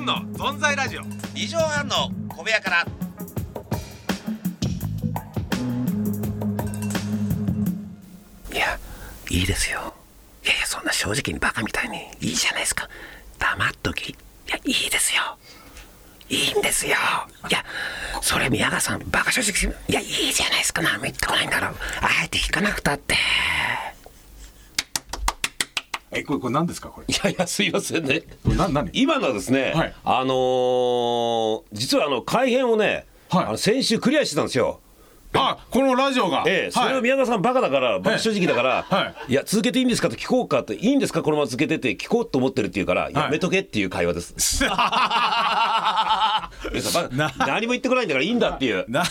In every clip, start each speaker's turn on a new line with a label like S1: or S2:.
S1: の存在ラジオ
S2: 二畳半の小部屋から
S3: いやいいですよいやいやそんな正直にバカみたいにいいじゃないですか黙っときいやいいですよいいんですよいやそれ宮川さんバカ正直すぎいやいいじゃないですか何も言ってこないんだろうあえて引かなくたって
S4: え、これ、これ何ですか、これ。
S5: いやいや、すいませんね。
S4: これ、な、何
S5: 今のはですね、
S4: はい
S5: あのー実はあの改編をね、
S4: はい
S5: あの先週クリアしてたんですよ。
S4: あ、このラジオが。
S5: ええ、それを
S4: はい
S5: 宮川さんバカだから、バカ正直だから、、
S4: はい
S5: や続けていいんですかと聞こうかっていいんですかこのまま続けてって聞こうと思ってるっていうから、やめとけっていう会 話です。皆さんバカ何も言ってこないんだからいいんだっていう。
S4: 何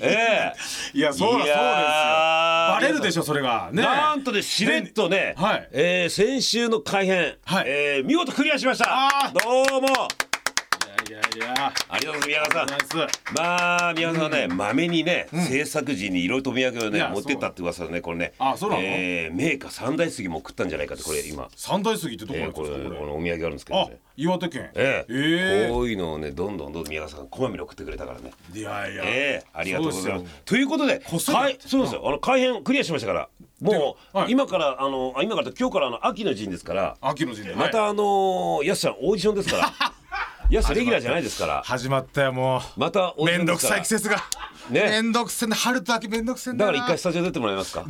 S5: ええ
S4: いや、そうだ、そうですよ。バレるでし
S5: ょ
S4: ょ、それが。ね。
S5: なんとね、しれっとね、
S4: はい
S5: えー先週の改編、
S4: はい
S5: えー見事クリアしました
S4: あ
S5: どうも
S4: いやいやいや。
S5: ありがとうございます、宮川さん
S4: ナイ。ス。
S5: まあ宮川さんはねまめにね制作時にいろいろとお土産を
S4: い
S5: ね
S4: や
S5: 持ってったって噂でねこれね
S4: あそうなの
S5: えーメーカー三大杉も食ったんじゃないかってこれ今
S4: 三大杉ってどこ
S5: え
S4: な
S5: ー
S4: ん
S5: こ
S4: ですか、
S5: れこ
S4: これ。
S5: のお土産あるんですけど
S4: あ
S5: ね、
S4: 岩手県。
S5: ええ
S4: え
S5: こういうのをねどんどんどんどん宮川さんがこまめに送ってくれたからね
S4: えいやいや。
S5: ええありがとうございま
S4: そう
S5: す
S4: ですよ
S5: ということで
S4: こっそり
S5: はいそうですよあの改編クリアしましたからもう
S4: ではい
S5: 今からあのあ今からと今日からあの秋の陣ですから
S4: 秋の陣で。
S5: ま
S4: はい
S5: たあのーやすちゃんオーディションですから やすレギュラーじゃないですから
S4: 始まったよ、もう。
S5: またオー
S4: め
S5: ディショ
S4: ん
S5: ンで
S4: どく
S5: すか
S4: さい
S5: ら
S4: 季節が。
S5: ね
S4: めんどくせんな春と秋めんどくせん
S5: だ
S4: な
S5: から一回スタジオ出てもらえます か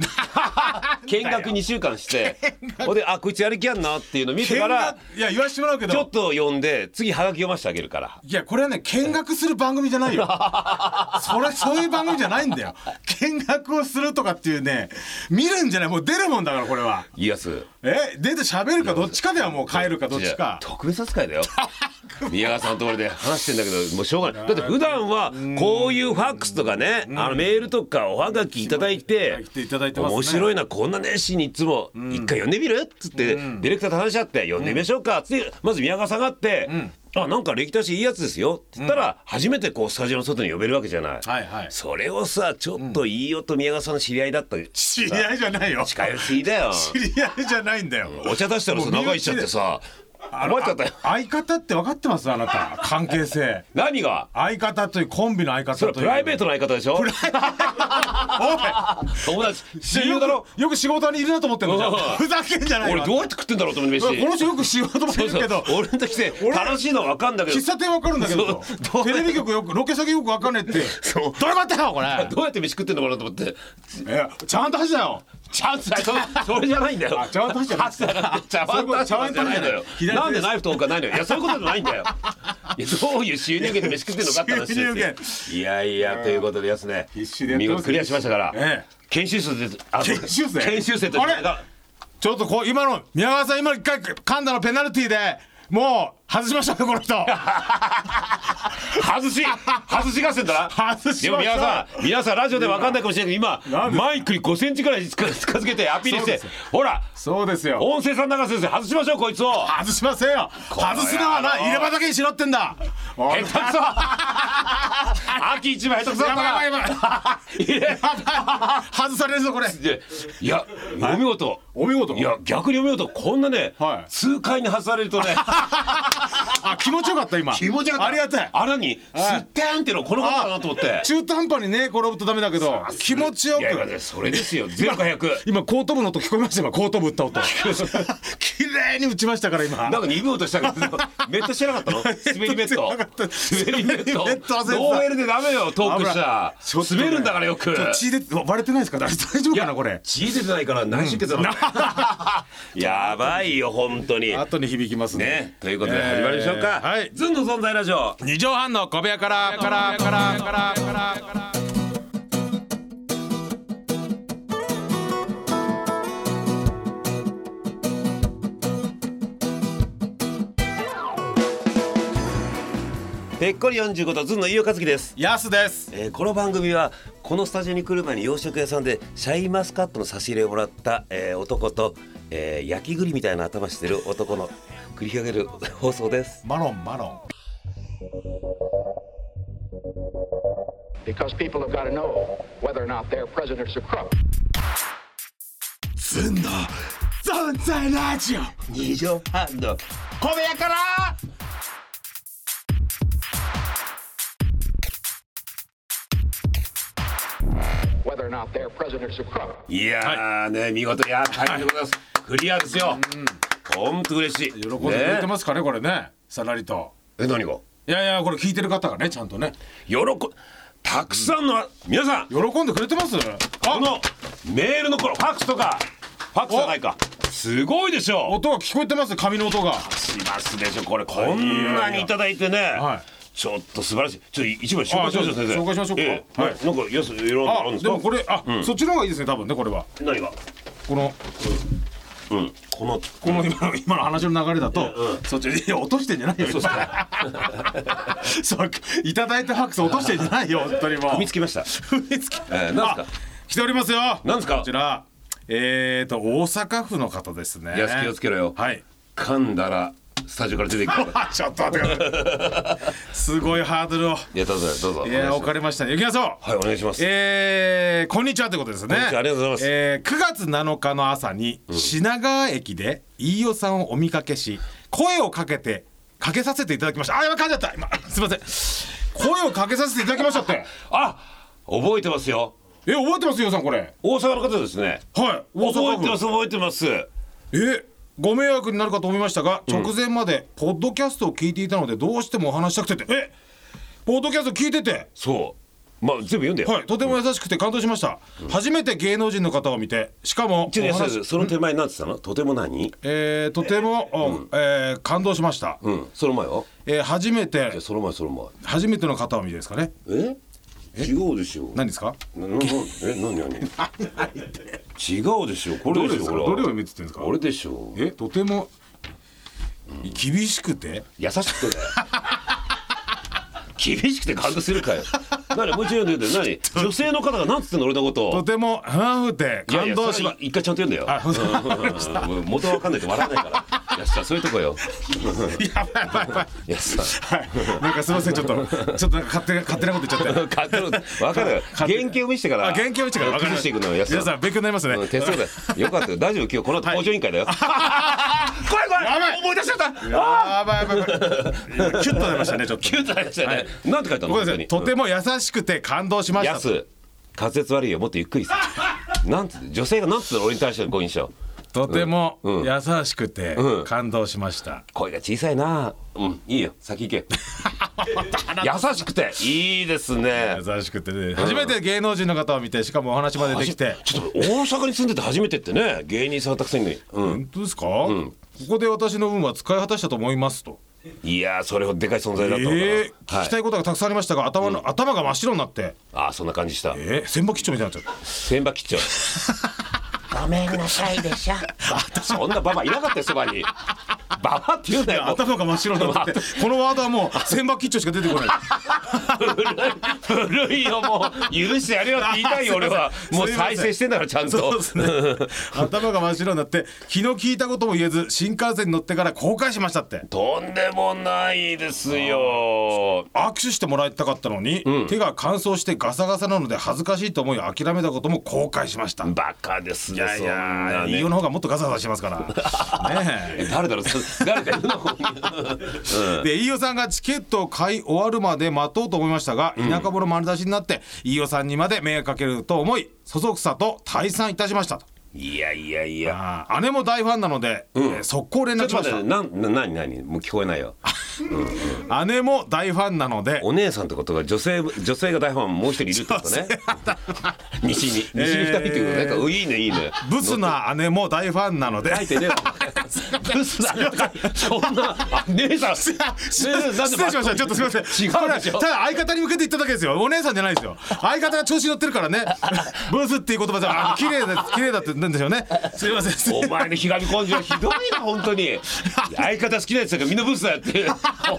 S5: 見学2週間してほんであこいつやる気やんなっていうの見て
S4: 見
S5: から
S4: 学いや言わしてもらうけど
S5: ちょっと呼んで次ハガキ読ませてあげるから
S4: いやこれはね見学する番組じゃない よそれそういう番組じゃないんだよ見学をするとかっていうね見るんじゃないもう出るもんだからこれは
S5: 家康
S4: え出て喋るかどっちかではもう帰るかどっちか
S5: 特別扱 いだよ宮川さんのところで話してんだけどもうしょうがないだって普段はこういうファックスとかねあのメールとかおはがきいただいて
S4: 来ていただいてますね
S5: 面白いなこんな熱心にいつも一回呼んでみるっつってディレクターと話し合って呼んでみましょうかっつってまず宮川さんがあってあなんか歴代史いいやつですよって言ったら初めてこうスタジオの外に呼べるわけじゃない
S4: はいはい
S5: それをさちょっといいよと宮川さんの知り合いだった
S4: 知り合いじゃないよ
S5: 近寄りすぎだよ
S4: 知り合いじゃないんだよ
S5: お茶出したらさ
S4: もう身内
S5: 長いっちゃってさ困っちゃったよ
S4: あ相方って分かってますあなた関係性
S5: 何が
S4: 相方というコンビの相方
S5: そ
S4: という
S5: れプライベートの相方でしょ 友達親友だろ
S4: よくよく仕事にいるなと思ってるのじゃん
S5: おい
S4: ふざけんじゃないよ
S5: 俺どうやって食ってんだろうと思って飯
S4: この人よく仕事もい
S5: そう
S4: る
S5: そう
S4: けど
S5: 俺の時で
S4: 俺
S5: 楽しいのは分かんだけど
S4: 喫茶店わかるんだけど
S5: そうど
S4: テ
S5: う
S4: レビ局よくロケ先よくわかんねえっ て
S5: そう
S4: どういうことだよこれ
S5: どうやって飯食ってんのかなと思って
S4: えちゃんと走だよ
S5: チャンスだ よそれじゃないんだよ
S4: あ茶碗箸じゃない
S5: 箸だから茶碗箸とか じゃないのよ
S4: そういうこと茶碗箸じゃない
S5: なんでナイフとかないのよいやそういうことじゃない んだよいやどういう収入源で飯食ってんのかって話
S4: 収入源
S5: ですよいやいやということでやすね
S4: 必死でやっ
S5: 見
S4: てます
S5: 事クリアしましたから、
S4: ええ
S5: 研修生であの
S4: 研修生
S5: 研修生と
S4: あれちょっとこう今の宮川さん今の一回噛んだのペナルティーでもう外しましょうよこの人
S5: 外し外し合戦だな
S4: 外しましょう
S5: でも皆さん皆さんラジオで分かんないかもしれないけど今
S4: なんで
S5: マイクに5センチくらい近近づけてアピールし
S4: そう
S5: て
S4: ですよ
S5: ほら
S4: そうですよ
S5: 音声さん長瀬先生外しましょうこいつを
S4: 外しませんよ
S5: 野郎
S4: 外すのはな入れ歯だけにしろってんだ
S5: 下手 くそ秋一番下手くそだった
S4: やばいやばいや
S5: いや
S4: 外されるぞこれ
S5: でいやお見事
S4: お見事
S5: いや逆にお見事こんなね、
S4: はい
S5: 痛快に外されるとね
S4: あ気持ちよかった今気
S5: 持ちよかった
S4: ありがたい
S5: あらにすってんってのこのことだなと思って
S4: 中途半端にね転ぶとダメだけど気持ちよ
S5: いやいや
S4: く
S5: それですよゼロか100
S4: 今後頭部の音聞こえました今後頭部打った音 綺麗に打ちましたから今
S5: なんか鈍うとしたけど、メットしてなかったの滑りメット。滑りメ
S4: 滑り
S5: ッ
S4: メット
S5: ト。
S4: 忘れてた
S5: ノーエルでダメよ、トークしたら。
S4: ちょっとね
S5: 滑るんだからよく
S4: ちょっ。と血で割れてないですか大丈夫
S5: い
S4: かなこれ
S5: 血出てないから内出血なの。 やばいよ、本当に。
S4: 後に響きますね
S5: ね、ということで始まりましょうか。
S4: えーはい
S5: ズンの存在ラジオ。
S4: 二畳半の小部屋からからからからから
S5: ぺっこり45度、ズンの飯尾和樹です。
S4: ヤスです
S5: えーこの番組はこのスタジオに来る前に洋食屋さんでシャインマスカットの差し入れをもらった、えー男と、えー焼き栗みたいな頭してる男の繰り広げる放送です。
S4: マロンマロン
S6: because people have got to know whether or not their presidents are corrupt.
S4: ずんの存在ラジオ
S5: 二畳半の
S4: 小部屋から
S6: whether or not their presidents are corrupt.
S5: いやーね、見事いやー大変でございます、クリアですよ、ほんと嬉しい
S4: 喜んでくれて
S5: ね
S4: ますかねこれねさらりと
S5: え何が
S4: いやいやこれ聞いてる方がねちゃんとね
S5: 喜たくさんの、皆さん
S4: 喜んでくれてますあ
S5: このメールの頃ファックスとかファックスじゃないかすごいでしょ
S4: 音が聞こえてます紙の音が
S5: しますでしょこれこんなにいただいてね、
S4: はい
S5: ちょっと素晴らしいちょっと一枚紹介しましょう
S4: あそう
S5: 先生
S4: 紹介しましょうか
S5: ええ
S4: はい
S5: なんかやすいろいろあるん
S4: あ
S5: です
S4: で
S5: か
S4: もこれあ、そっちの方がいいですね多分ねこれは
S5: 何が
S4: この
S5: うんこの
S4: この今の今の話の流れだと、そっちいや落としてんじゃないよ そういただいたファックス落としてんじゃないよ本当にもう
S5: 見つけました
S4: 踏みつけ
S5: えーなんすか
S4: あ来ておりますよ
S5: なんすか
S4: こちらえーと大阪府の方ですね
S5: いや気をつけろよ
S4: はい
S5: 噛んだらスタジオから出ていくから
S4: あちょっと待ってくださいすごいハードルを
S5: いやどうぞどう
S4: い
S5: ぞ
S4: や
S5: お願いし
S4: 置
S5: ま
S4: かれましたね行きましょう
S5: すはいお願いします
S4: えー、こんにちはってことですね
S5: こんにちはありがとうございます
S4: えー、9月7日の朝に品川駅で飯尾さんをお見かけし声をかけてかけさせていただきましたあ今噛んじゃった今すいません声をかけさせていただきましたって
S5: あ覚えてますよ
S4: え覚えてますよさんこれ
S5: 大阪の方ですね
S4: はい大
S5: 覚えてま
S4: 阪
S5: す覚えてます
S4: 府えご迷惑になるかと思いましたが、直前までポッドキャストを聞いていたのでどうしてもお話したくててえポッドキャスト聞いてて
S5: そうまあ全部読んでよ
S4: はいとても優しくて感動しました、初めて芸能人の方を見てしかも
S5: ちょっと
S4: お
S5: 安
S4: 話
S5: 田さんその手前なんて言ったのとても何
S4: えー、とても、えー感動しました、
S5: うんその前は
S4: えー初め
S5: いや
S4: て
S5: その前その前
S4: 初めての方を見てですかね
S5: え違うでしょ
S4: 何ですか
S5: なななえ 何何違うでしょこれでしょほら
S4: どれを見てってんですか
S5: これでしょ
S4: えとても厳しくて
S5: 優しくてだよ厳しくて感動するかよ何もう一度読んで読んで何女性の方が何つってんの俺のこと
S4: と
S5: を
S4: てもハーフで
S5: いや
S4: 感
S5: いや
S4: 動
S5: そ
S4: し
S5: れは
S4: ま
S5: 一回ちゃんと読んだよ
S4: あそう
S5: うんうんうん元は分かんないと笑わないから安田そういうとこよ
S4: やばいやばいやばい
S5: 安田
S4: はいなんかすみませんちょっとちょっとなんか勝手な勝手なこと言っちゃって
S5: 勝手な分かる
S4: 勝
S5: 原
S4: 手
S5: 型を見せてから
S4: あ原型を見せてから分かりま
S5: 崩
S4: し
S5: したていくのよ安
S4: 皆
S5: 田
S4: さん勉強になりますね、
S5: うん手相だよよかったよ大丈夫今日この後
S4: はい
S5: 工場委員会だよ 怖い怖い
S4: やばい
S5: 思い出しちゃった
S4: やばいやばいやばい今キュッと出ましたねちょっと
S5: キュートなやつだねなんて書いたの
S4: ごめんな
S5: 本当
S4: さい
S5: に
S4: とても優しくて感動しました
S5: やす滑舌悪いよもっとゆっくりさ なんつって女性がなんつって俺に対してのご印象
S4: とても優しくて
S5: うん
S4: 感動しました、
S5: 声が小さいなうんいいよ先 行け優しくていいですね
S4: 優しくてね初めて芸能人の方を見てしかもお話までできて
S5: ちょっと大阪に住んでて初めてってね芸人さんがたくさんいるのに、
S4: 本当ですか、ここで私の運は使い果たしたと思いますと
S5: うん、いやーそれほどでかい存在だったのかな、
S4: えー
S5: は
S4: 聞きたいことがたくさんありましたが頭の、頭が真っ白になって
S5: ああそんな感じした
S4: えー、千葉吉兆みたいになっちゃった
S5: 千葉吉兆
S2: ごめんなさいでし ょ。
S5: そんなババアいなかったよそばにババアって言うなよもう
S4: 頭が真っ白にな ってこのワードはもう千葉吉兆しか出てこない
S5: 古い古いよもう許してやるよって言いた いよ俺は
S4: ません
S5: もう
S4: すいません
S5: 再生してんだからちゃん
S4: そう
S5: と
S4: ですね頭が真っ白になって気の利いたことも言えず新幹線に乗ってから後悔しましたって
S5: とんでもないですよ
S4: 握手してもらいたかったのに、手が乾燥してガサガサなので恥ずかしいと思い諦めたことも後悔しました、
S5: バカですね
S4: いやい
S5: そん
S4: や
S5: な、
S4: 飯
S5: ね
S4: 尾の方がもっとガサガサしてますから。 ね
S5: 誰だろうそ誰かいるのここに
S4: え。で、飯尾さんがチケットを買い終わるまで待とうと思いましたが、田舎者丸出しになって、飯尾さんにまで迷惑かけると思い、そそくさと退散いたしましたと。
S5: いやいやいや
S4: あー姉も大ファンなので、えー速攻連
S5: ちょ
S4: 絡
S5: っ
S4: し
S5: と
S4: ま
S5: 待
S4: し
S5: ってなんな何何もう聞こえないよ
S4: た。姉も大ファンなので、
S5: お姉さんってことが女性女性が大ファンもう一人いるってことね西に西に二人ってことね、
S4: えー
S5: なんかいいねいいね
S4: ブスな姉も大ファンなので
S5: 書、いてねえわ お前ブスだなそんなあ姉さん 失
S4: 失礼しました。ちょっとすみません。
S5: 違う
S4: これは
S5: でしょ
S4: ただ相方に向けて言っただけですよ。お姉さんじゃないです よ。相方が調子乗ってるからね。ブースっていう言葉じゃ、あ綺麗 だ、綺麗だってなんでしょうね。すみません。
S5: お前のひがみ根性ひどいな本当に相方好きなやつだからみんなブスだよって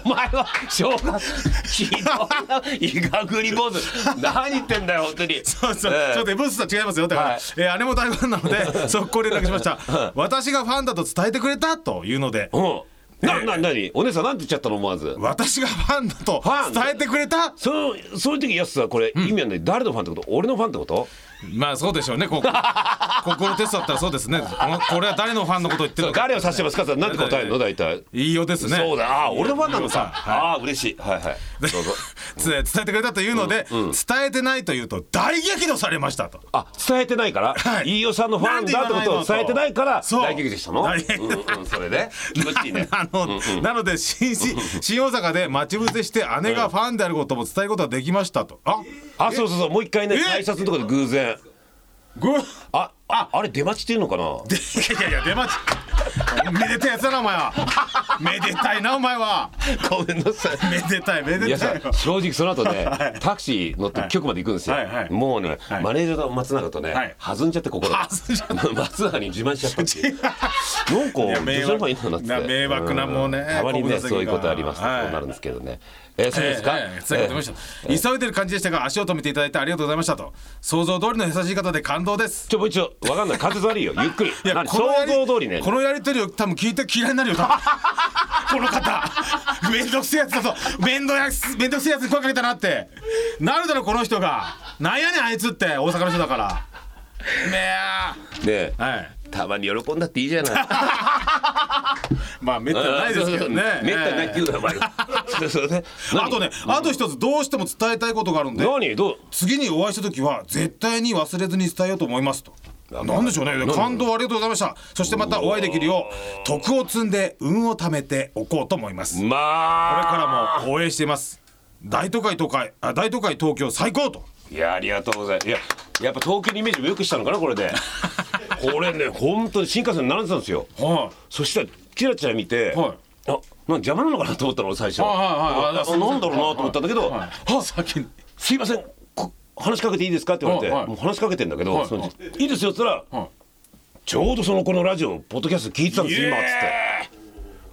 S5: お前は正月ひどいなひがぐり坊主何言ってんだよ本当に
S4: そうそう、
S5: ええ
S4: ちょっとブースとは違いますよだから、
S5: はい
S4: えー姉も大ファンなの で速攻連絡しました私がファンだと伝えてくれたというので
S5: うんなな何お姉さんなんて言っちゃったの思わず
S4: 私がファンだと
S5: ァン
S4: 伝えてくれた
S5: そのそういう時やすはこれ、意味はね誰のファンってこと俺のファンってこと
S4: まあそうでしょうね ここ心テストだったらそうですねこのこれは誰のファンのことを言ってるのか
S5: 誰を指してますかってなんて答えるの大体。
S4: いいよですね
S5: そうだ。あー、俺のファンなの
S4: は
S5: さ。
S4: い
S5: ああー、嬉しい。はいはい。どうぞ。
S4: つ伝えてくれたというので、伝えてないというと大激怒されましたと
S5: あ、伝えてないから、
S4: はい
S5: 飯尾さんのファンだってことを伝えてないから、
S4: そう
S5: 大激怒したの。
S4: 大激。
S5: うんうん、それで。気持ちいいね
S4: あの、なので新 新新大阪で待ち伏せして姉がファンであることも伝えることができましたとあ
S5: あ、そうそうそう、もう一回ね、
S4: え
S5: 改札のところで偶然。
S4: ぐい
S5: あ、あ、あれ出待ちっていうのかな。
S4: やいやいや出待ちめでたいやつだなお前 はめでたいなお前は
S5: ごめんなさい。
S4: めでたいめ
S5: い
S4: で
S5: や
S4: た
S5: さ
S4: いよ
S5: 正直その 後ね、タクシー乗って局まで行くんですよ、
S4: はいはい
S5: もうね、マネージャーの松永とね、
S4: はい
S5: 弾んじゃって心が
S4: 弾んじゃ
S5: 松永に自慢しちゃったっていうなんか
S4: いや迷
S5: 女性
S4: 惑
S5: のファンいるんだなっ
S4: な
S5: て
S4: 迷惑なもうね
S5: んたまに
S4: 小
S5: ね
S4: 紫が
S5: そういうことありますと、
S4: はい
S5: そうなるんですけどねえー、そう
S4: ええ
S5: ですか、
S4: ええそういうことでした急いでる感じでしたが足を止めていただいてありがとうございましたと想像通りの優しい方で感動です
S5: ちょもう一度わかんない滑舌 悪いよゆっくり
S4: い
S5: 何
S4: このや
S5: 想
S4: り
S5: 像通りね
S4: このやり取りを多分聞いて嫌いになるよ多 分この方めんどくせえやつだぞめんどやすめんどくせえやつに声かけたなってなるだろこの人がなんやねんあいつって大阪の人だからね
S5: ね
S4: えはい
S5: たまに喜んだっていいじゃない
S4: まあめったに ないです けどね
S5: めったにないって言うなお前そうそうね
S4: あとねあと一つどうしても伝えたいことがあるんで
S5: 何どう
S4: 次にお会いした時は絶対に忘れずに伝えようと思いますと。なんでしょうね感動ありがとうございましたそしてまたお会いできるよう徳を積んで運を貯めておこうと思いますこ
S5: まあ
S4: れからも応援しています大都会都会あ大都会東京最高と
S5: いやありがとうございますいややっぱ東京のイメージもよくしたのかなこれ でこれね本当に新幹線に並んでたんですよ
S4: は
S5: そしたらキラちゃん見て、
S4: はい
S5: あなんか邪魔なのかなと思ったの俺最初、
S4: いはいはい
S5: ああなんだろうなと思ったんだけど「
S4: はい
S5: あ
S4: 先に
S5: すいませんこ話しかけていいですか?」って言われて、
S4: はいはい
S5: もう話しかけてんだけど「
S4: はい
S5: その
S4: はい
S5: いいですよ」っつったら、
S4: はい
S5: ちょうどそのこのラジオポッドキャスト聞いてたんです今」っつって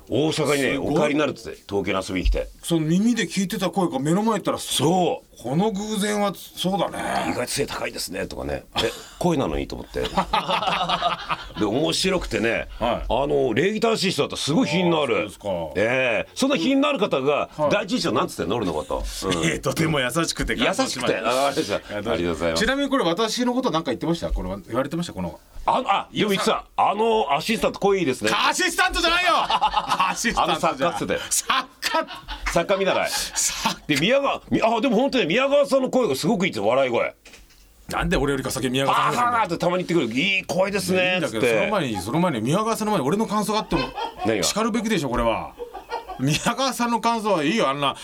S5: 大阪にね
S4: すごい
S5: お帰りになるっつって東京に遊びに来て
S4: その耳で聞いてた声が目の前行ったらそ
S5: そう
S4: この偶然はそうだ
S5: 意
S4: ね
S5: 外と背高いですねとかねえ声なのに と思ってで面白くてね、
S4: はい
S5: あの礼儀正しい人だったらすごい品のある
S4: あーそうですか
S5: ええその品のある方が、第一印象なんつってんの俺のこと、うん
S4: えーとても優しくて
S5: 優しくてああれですありがとうございます
S4: ちなみにこれ私のことなんか言ってましたこれは言われてましたこの
S5: ああでも言ってたあのアシスタント声いいですね
S4: アシスタントじゃないよ アシスタントじゃ
S5: あの作家っつって
S4: 作
S5: 作家見習い
S4: 作
S5: で宮川みあでも本当に宮川さんの声がすごくいいって笑い声
S4: なんで俺よりか先に宮
S5: あ
S4: 川さん
S5: ーってたまに言ってくるいい声です
S4: い
S5: ね
S4: いん
S5: っ
S4: だ
S5: つ
S4: け
S5: っ
S4: どその
S5: て
S4: 前にその前に宮川さんの前に俺の感想があっても
S5: 何が
S4: 叱るべきでしょこれは宮川さんの感想はいいよあんな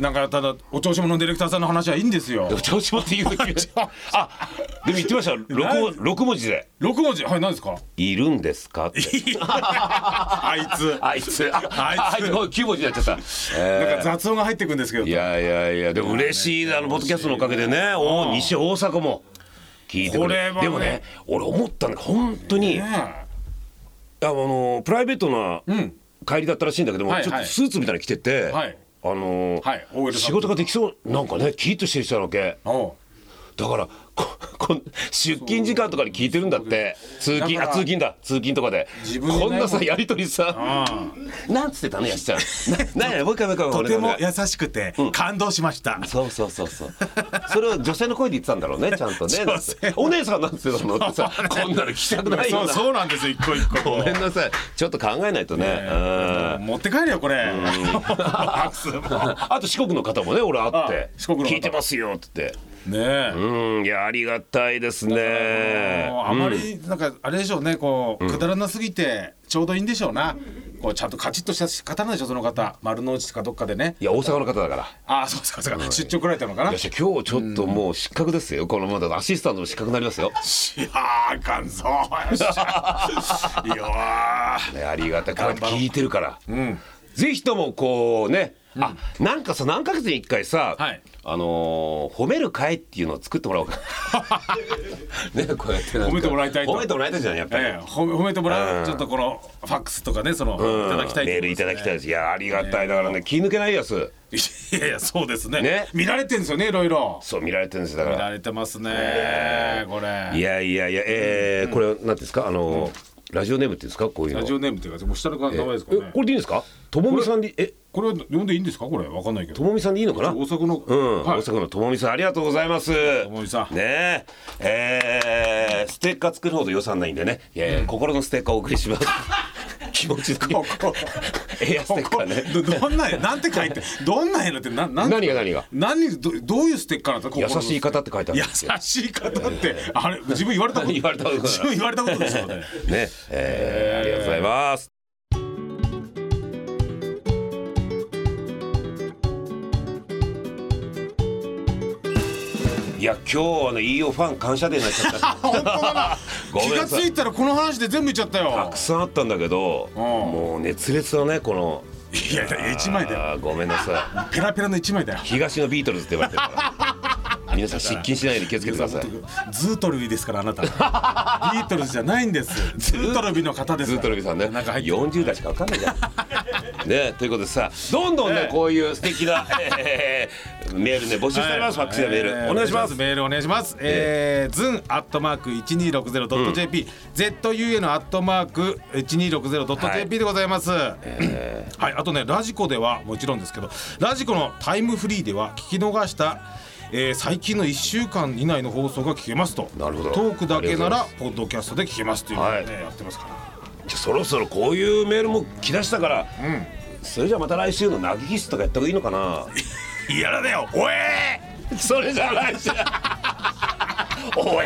S4: なんかただお調子者のディレクターさんの話はいいんですよ
S5: 調子持って言う あでも言ってました
S4: 何
S5: 6六文字で
S4: 六文字はい何ですか
S5: 「いるんですか?」って
S4: あいつ
S5: あいつ、あ
S4: あいつ
S5: いつ、九文字になっちゃ
S4: な
S5: った。
S4: ん
S5: え
S4: か雑音が入ってくんですけど
S5: ーいやいやいや、でも嬉しいね、あのポッドキャストのおかげでね、お西大阪も。聞いてく
S4: これ
S5: れ
S4: はね
S5: でもね、俺思ったのが、本当に、あ
S4: ね
S5: のプライベートな帰りだったらしいんだけども
S4: は、い
S5: ちょっ
S4: は
S5: と
S4: い
S5: スーツみたいなの着てて。
S4: はい
S5: あの
S4: はい OL さん
S5: 仕事ができそうなんかねキリッとしてる人なわけ
S4: えおう
S5: だからこ こ出勤時間とかに聞いてるんだって通勤
S4: だか
S5: あ
S4: ら
S5: 通勤だ通勤とかで
S4: 自分でね
S5: こんなさやりとりさなんつってたのやしちゃんな なんやもう一回もう一回もう一回
S4: とても優しくて感動しました
S5: そうそうそうそう。それを女性の声で言ってたんだろうね、ちゃんとね。
S4: 女性
S5: なんてお姉さんなんて言ってたのってさ、こんなの聞きたくない
S4: そ
S5: よ
S4: う
S5: な。
S4: そうなんですよ一個一個
S5: ごめんなさい。ちょっと考えないとね。うん
S4: 持って帰れよこ れ。アクスも
S5: あと四国の方もね、俺会って
S4: あ、四国の方
S5: 聞いてますよって言って。
S4: ねえ。
S5: うん、いや、ありがたいですね。
S4: もうあまりなんかあれでしょうねこうくだらなすぎてちょうどいいんでしょうな。こうちゃんとカチッとした方なんでしょその方丸の内かどっかでね。
S5: いや、大阪の方だから。
S4: ああそうですかそうですか出張来られたのかな。
S5: よ
S4: い
S5: し、今日ちょっともう失格ですよ。このままだとアシスタントも失格になりますよ。
S4: やーあかんぞ。よっし ゃいやー
S5: ねありがたいこうやって聞いてるから、ぜひともこうね、あなんかさ何ヶ月に1回さ、
S4: はい
S5: あのー褒める会っていうのを作ってもらお うかねこうやってなんか
S4: 褒めてもらいたいと
S5: 褒めてもらいたいじゃんやっぱり、
S4: ええ褒め褒めてもらうちょっとこのファックスとかねそのい
S5: うん
S4: ただきたいと思ますね
S5: メールいただきたいですいやありがたいだからね気抜けないやつ
S4: いやいやそうですね
S5: ね
S4: 見られてんですよねいろいろ
S5: そう見られてるんですよだ
S4: 見
S5: から
S4: れてますねこれ
S5: らいやいやいやえーこれなんていうんですかあのーラジオネームっていうんですかこういうの
S4: ラジオネームっていうかもう下の名前ですか
S5: え
S4: らね
S5: これでいいんですかともみさんでえ
S4: これは呼んでいいんですかこれわかんないけ
S5: と
S4: ど
S5: もみさんでいいのかな
S4: 大阪の
S5: うん、
S4: はい
S5: 大阪のともみさんありがとうございます。と
S4: もみさん
S5: ねええーステッカー作るほど予算ないんでね、いやいや心のステッカーをお送りします。 気持ちで。エアステッカーね。
S4: どどんな絵なんて書いてどんな絵のってななん
S5: 何が何が
S4: 何どどういうステッカーなんですか
S5: 優しい
S4: 心の
S5: 方って書いてあるんですよ
S4: 優。しい方ってあれ自分言われたこと
S5: 言われたことない
S4: 自分言われたことですよね
S5: ね、えーありがとうございます。いや今日はね飯尾ファン感謝デーになっちゃ った。
S4: 本当だな
S5: ごめん
S4: 気
S5: な
S4: が
S5: さ
S4: つ
S5: い
S4: いたらこの話で全部言っちゃった
S5: た
S4: よ
S5: くさんあったんだけど、
S4: ん
S5: もう熱烈だねこの
S4: いやいや一枚だよ
S5: あーごめんなさ
S4: ペラペラの一枚だよ
S5: い東のビートルズって言われてるから皆さん失禁しないで気をつけてください
S4: ズートルビですからあな たビートルズじゃないんですズートルビの方です
S5: ずっとルビさんね
S4: 中入ってる
S5: 40代しかわかんないじゃ んねということでさどんどんねこういう素敵 な、えーメールね募集しております、ファックスやメール、
S4: え
S5: お願いします
S4: メールお願いします。えー、ズンアットマーク一二六ゼロドット jp、z u n アットマーク一二六ゼロドット jp でございます。はい、あとねラジコではもちろんですけど、ラジコのタイムフリーでは聞き逃した。えー、最近の1週間以内の放送が聞けますと
S5: なるほど
S4: トークだけな
S5: あ
S4: ら
S5: り
S4: ポッドキャストで聞けますというのを、ね
S5: はい
S4: やってますから
S5: じゃそろそろこういうメールも来だしたから、それじゃまた来週の投げキッスとかやった方がいいのかな
S4: い やらだよおえ
S5: それじゃ来週おい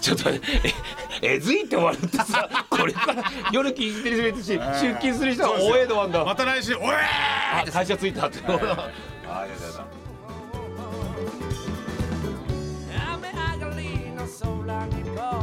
S5: ちょっと待ってええずいって終わるってさこれから夜聞いてる人もいるし出勤する人はおえで終わんだ
S4: また来週おえ
S5: あ会社着いたって。
S1: I'm an Agalino so long ago.